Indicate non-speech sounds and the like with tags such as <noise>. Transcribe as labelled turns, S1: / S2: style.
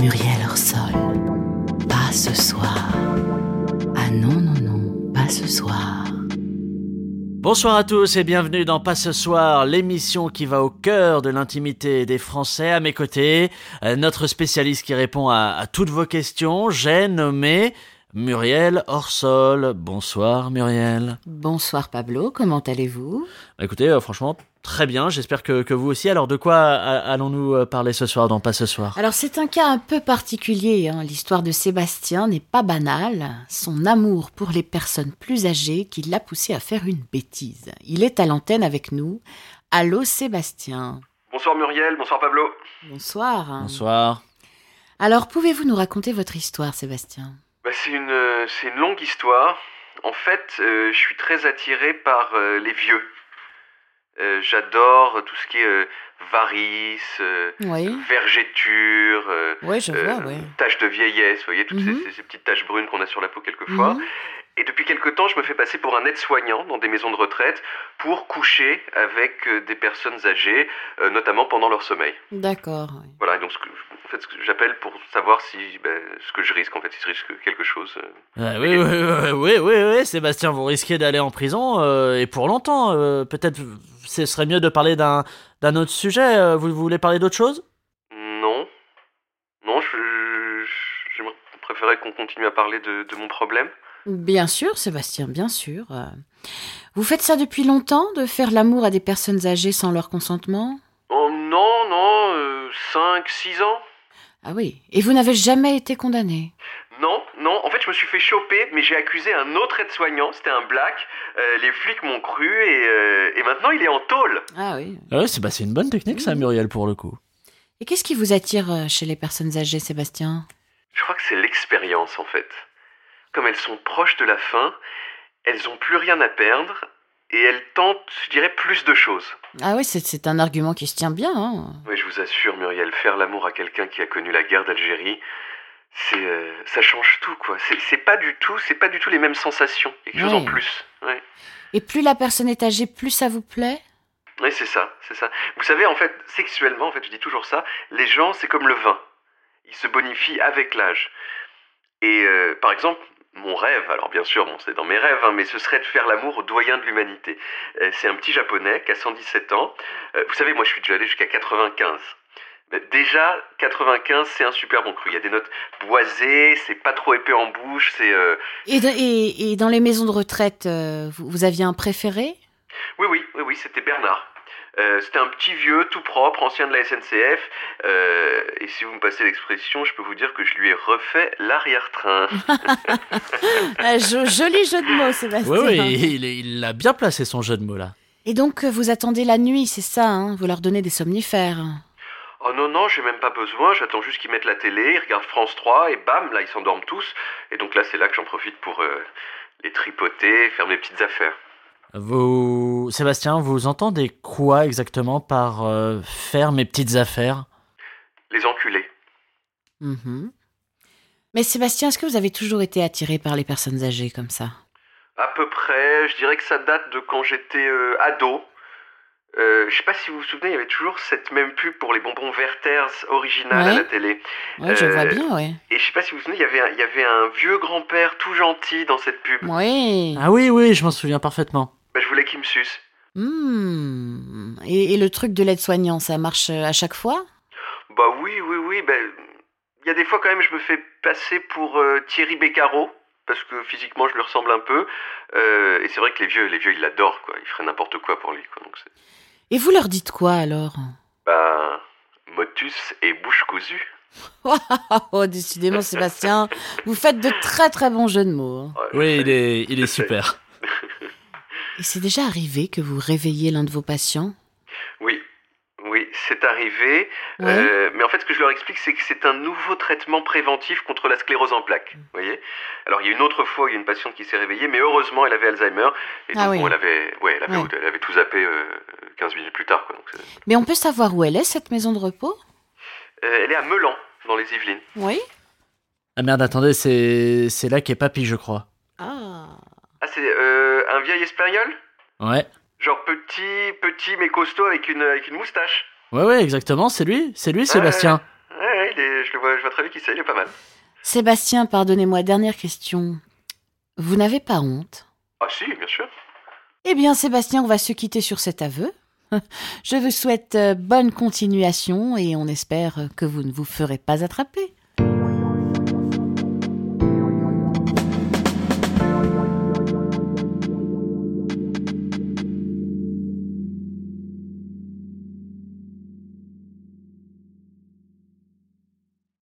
S1: Muriel Orsol. Pas ce soir. Ah non, non, non, pas ce soir.
S2: Bonsoir à tous et bienvenue dans Pas ce soir, l'émission qui va au cœur de l'intimité des Français. À mes côtés, euh, notre spécialiste qui répond à, à toutes vos questions, j'ai nommé Muriel Orsol. Bonsoir Muriel.
S1: Bonsoir Pablo, comment allez-vous
S2: Bah, Écoutez, euh, franchement, très bien, j'espère que, que vous aussi. Alors de quoi euh, allons-nous euh, parler ce soir dans Pas ce soir
S1: Alors c'est un cas un peu particulier, hein. l'histoire de Sébastien n'est pas banale, son amour pour les personnes plus âgées qui l'a poussé à faire une bêtise. Il est à l'antenne avec nous. Allô Sébastien.
S3: Bonsoir Muriel, bonsoir Pablo.
S1: Bonsoir.
S2: Bonsoir.
S1: Alors pouvez-vous nous raconter votre histoire Sébastien
S3: Bah, c'est une, euh, c'est une longue histoire. En fait, euh, je suis très attiré par euh, les vieux. Euh, J'adore tout ce qui est euh, varices, euh,
S1: Oui.
S3: vergetures, euh,
S1: Oui, je
S3: euh, taches de vieillesse, vous voyez, toutes ces-
S1: Mhm.
S3: ces, ces petites taches brunes qu'on a sur la peau quelquefois.
S1: Mhm.
S3: Et depuis quelque temps, je me fais passer pour un aide-soignant dans des maisons de retraite pour coucher avec euh, des personnes âgées, euh, notamment pendant leur sommeil.
S1: D'accord. oui.
S3: Voilà, et donc ce que, en fait, ce que j'appelle pour savoir si ben, ce que je risque, en fait, si je risque quelque chose. euh,
S2: Euh, oui, oui, oui, oui, oui, oui, Sébastien, vous risquez d'aller en prison euh, et pour longtemps. euh, Peut-être euh, ce serait mieux de parler d'un d'un autre sujet. euh, Vous, vous voulez parler d'autre chose
S3: Non. Non, je, je- j'aimerais- préférais qu'on continue à parler de, de mon problème.
S1: Bien sûr, Sébastien, bien sûr. Euh, Vous faites ça depuis longtemps, de faire l'amour à des personnes âgées sans leur consentement
S3: Oh non, non, euh, 5, 6 ans
S1: Ah oui, et vous n'avez jamais été condamné
S3: Non, non, en fait je me suis fait choper, mais j'ai accusé un autre aide-soignant, c'était un black. Euh, les flics m'ont cru et, euh, et maintenant il est en tôle.
S1: Ah oui.
S2: Oui, c'est bah, c'est une bonne technique, ça, Muriel, pour le <laughs> coup.
S1: Et qu'est-ce qui vous attire euh, chez les personnes âgées, Sébastien
S3: Je crois que c'est l'expérience en fait. Comme elles sont proches de la fin, elles ont plus rien à perdre et elles tentent, je dirais, plus de choses.
S1: Ah oui, c'est- c'est un argument qui se tient bien. hein.
S3: Oui, je vous assure, Muriel, faire l'amour à quelqu'un qui a connu la guerre d'Algérie, c'est, euh, ça change tout, quoi. C'est, c'est pas du tout, c'est pas du tout les mêmes sensations. Il y a Quelque chose
S1: Ouais.
S3: en plus. Ouais.
S1: Et plus la personne est âgée, plus ça vous plaît
S3: Ouais, c'est ça, c'est ça. Vous savez, en fait, sexuellement, en fait, je dis toujours ça. Les gens, c'est comme le vin. Ils se bonifient avec l'âge. Et euh, par exemple. Mon rêve, alors bien sûr, bon, c'est dans mes rêves, hein, mais ce serait de faire l'amour au doyen de l'humanité. Euh, c'est un petit japonais qui a 117 ans. Euh, vous savez, moi je suis déjà allé jusqu'à 95. Mais Déjà, 95, c'est un super bon cru. Il y a des notes boisées, c'est pas trop épais en bouche, c'est... euh,
S1: et, de- et- et dans les maisons de retraite, euh, vous, vous aviez un préféré
S3: Oui, oui, oui, oui, c'était Bernard. Euh, c'était un petit vieux, tout propre, ancien de la SNCF. Euh, et si vous me passez l'expression, je peux vous dire que je lui ai refait l'arrière-train.
S1: Un jo- Joli jeu de mots, Sébastien.
S2: Oui, oui, il est- il a bien placé son jeu de mots, là.
S1: Et donc, euh, vous attendez la nuit, c'est ça hein Vous leur donnez des somnifères
S3: oh non, non, j'ai même pas besoin, j'attends juste qu'ils mettent la télé, ils regardent France 3, et bam, là, ils s'endorment tous. Et donc là, c'est là que j'en profite pour euh, les tripoter, faire mes petites affaires.
S2: Vous, Sébastien, vous entendez quoi exactement par euh, faire mes petites affaires
S3: Les enculer.
S1: Mhm. Mais Sébastien, est-ce que vous avez toujours été attiré par les personnes âgées comme ça
S3: À peu près, je dirais que ça date de quand j'étais euh, ado. Euh, je sais pas si vous vous souvenez, il y avait toujours cette même pub pour les bonbons Werther's original à
S1: Ouais.
S3: la télé.
S1: Oui, je vois
S3: Euh,
S1: bien, oui.
S3: Et je sais pas si vous vous souvenez, il y avait un, il y avait un vieux grand-père tout gentil dans cette pub.
S1: Oui.
S2: Ah oui, oui, je m'en souviens parfaitement.
S3: Bah, je voulais qu'il me suce.
S1: Hmm. Et, et le truc de l'aide-soignant, ça marche euh, à chaque fois
S3: Bah oui, oui, oui, bah, il y a des fois quand même je me fais passer pour euh, Thierry Beccaro, parce que physiquement je lui ressemble un peu. Euh, et c'est vrai que les vieux, les vieux ils l'adorent, quoi. Ils feraient n'importe quoi pour lui, quoi. Donc c'est...
S1: Et vous leur dites quoi alors
S3: Bah, motus et bouche cousue.
S1: <laughs> Oh, décidément, Sébastien, vous faites de très très bons jeux de mots. hein.
S3: Ouais,
S2: Oui, il est, il est
S3: sais.
S2: super.
S1: Et c'est déjà arrivé que vous réveillez l'un de vos patients
S3: Oui, oui, c'est arrivé.
S1: Oui.
S3: Euh, mais en fait, ce que je leur explique, c'est que c'est un nouveau traitement préventif contre la sclérose en plaques.
S1: Mm.
S3: Vous voyez Alors, il y a une autre fois, il y a une patiente qui s'est réveillée, mais heureusement, elle avait Alzheimer. Et
S1: Ah
S3: donc,
S1: oui.
S3: bon, elle, avait, ouais, elle, avait,
S1: Ouais.
S3: elle avait tout zappé euh, 15 minutes plus tard. Quoi, donc, c'est-
S1: Mais on peut savoir où elle est, cette maison de repos
S3: Euh, elle est à Melan, dans les Yvelines.
S1: Oui.
S2: Ah merde, attendez, c'est, c'est là qu'est Papy, je crois.
S1: Ah.
S3: Ah, c'est euh, un vieil espagnol
S2: Ouais.
S3: Genre petit, petit, mais costaud, avec une, avec une moustache.
S2: Ouais, ouais, exactement, c'est lui, c'est lui, Sébastien.
S3: Ouais, ouais, il est- je, le vois, je vois très bien qui c'est, il est pas mal.
S1: Sébastien, pardonnez-moi, dernière question. Vous n'avez pas honte
S3: Ah si, bien sûr.
S1: Eh bien, Sébastien, on va se quitter sur cet aveu. <laughs> euh, Je vous souhaite euh, bonne continuation et on espère que vous ne vous ferez pas attraper.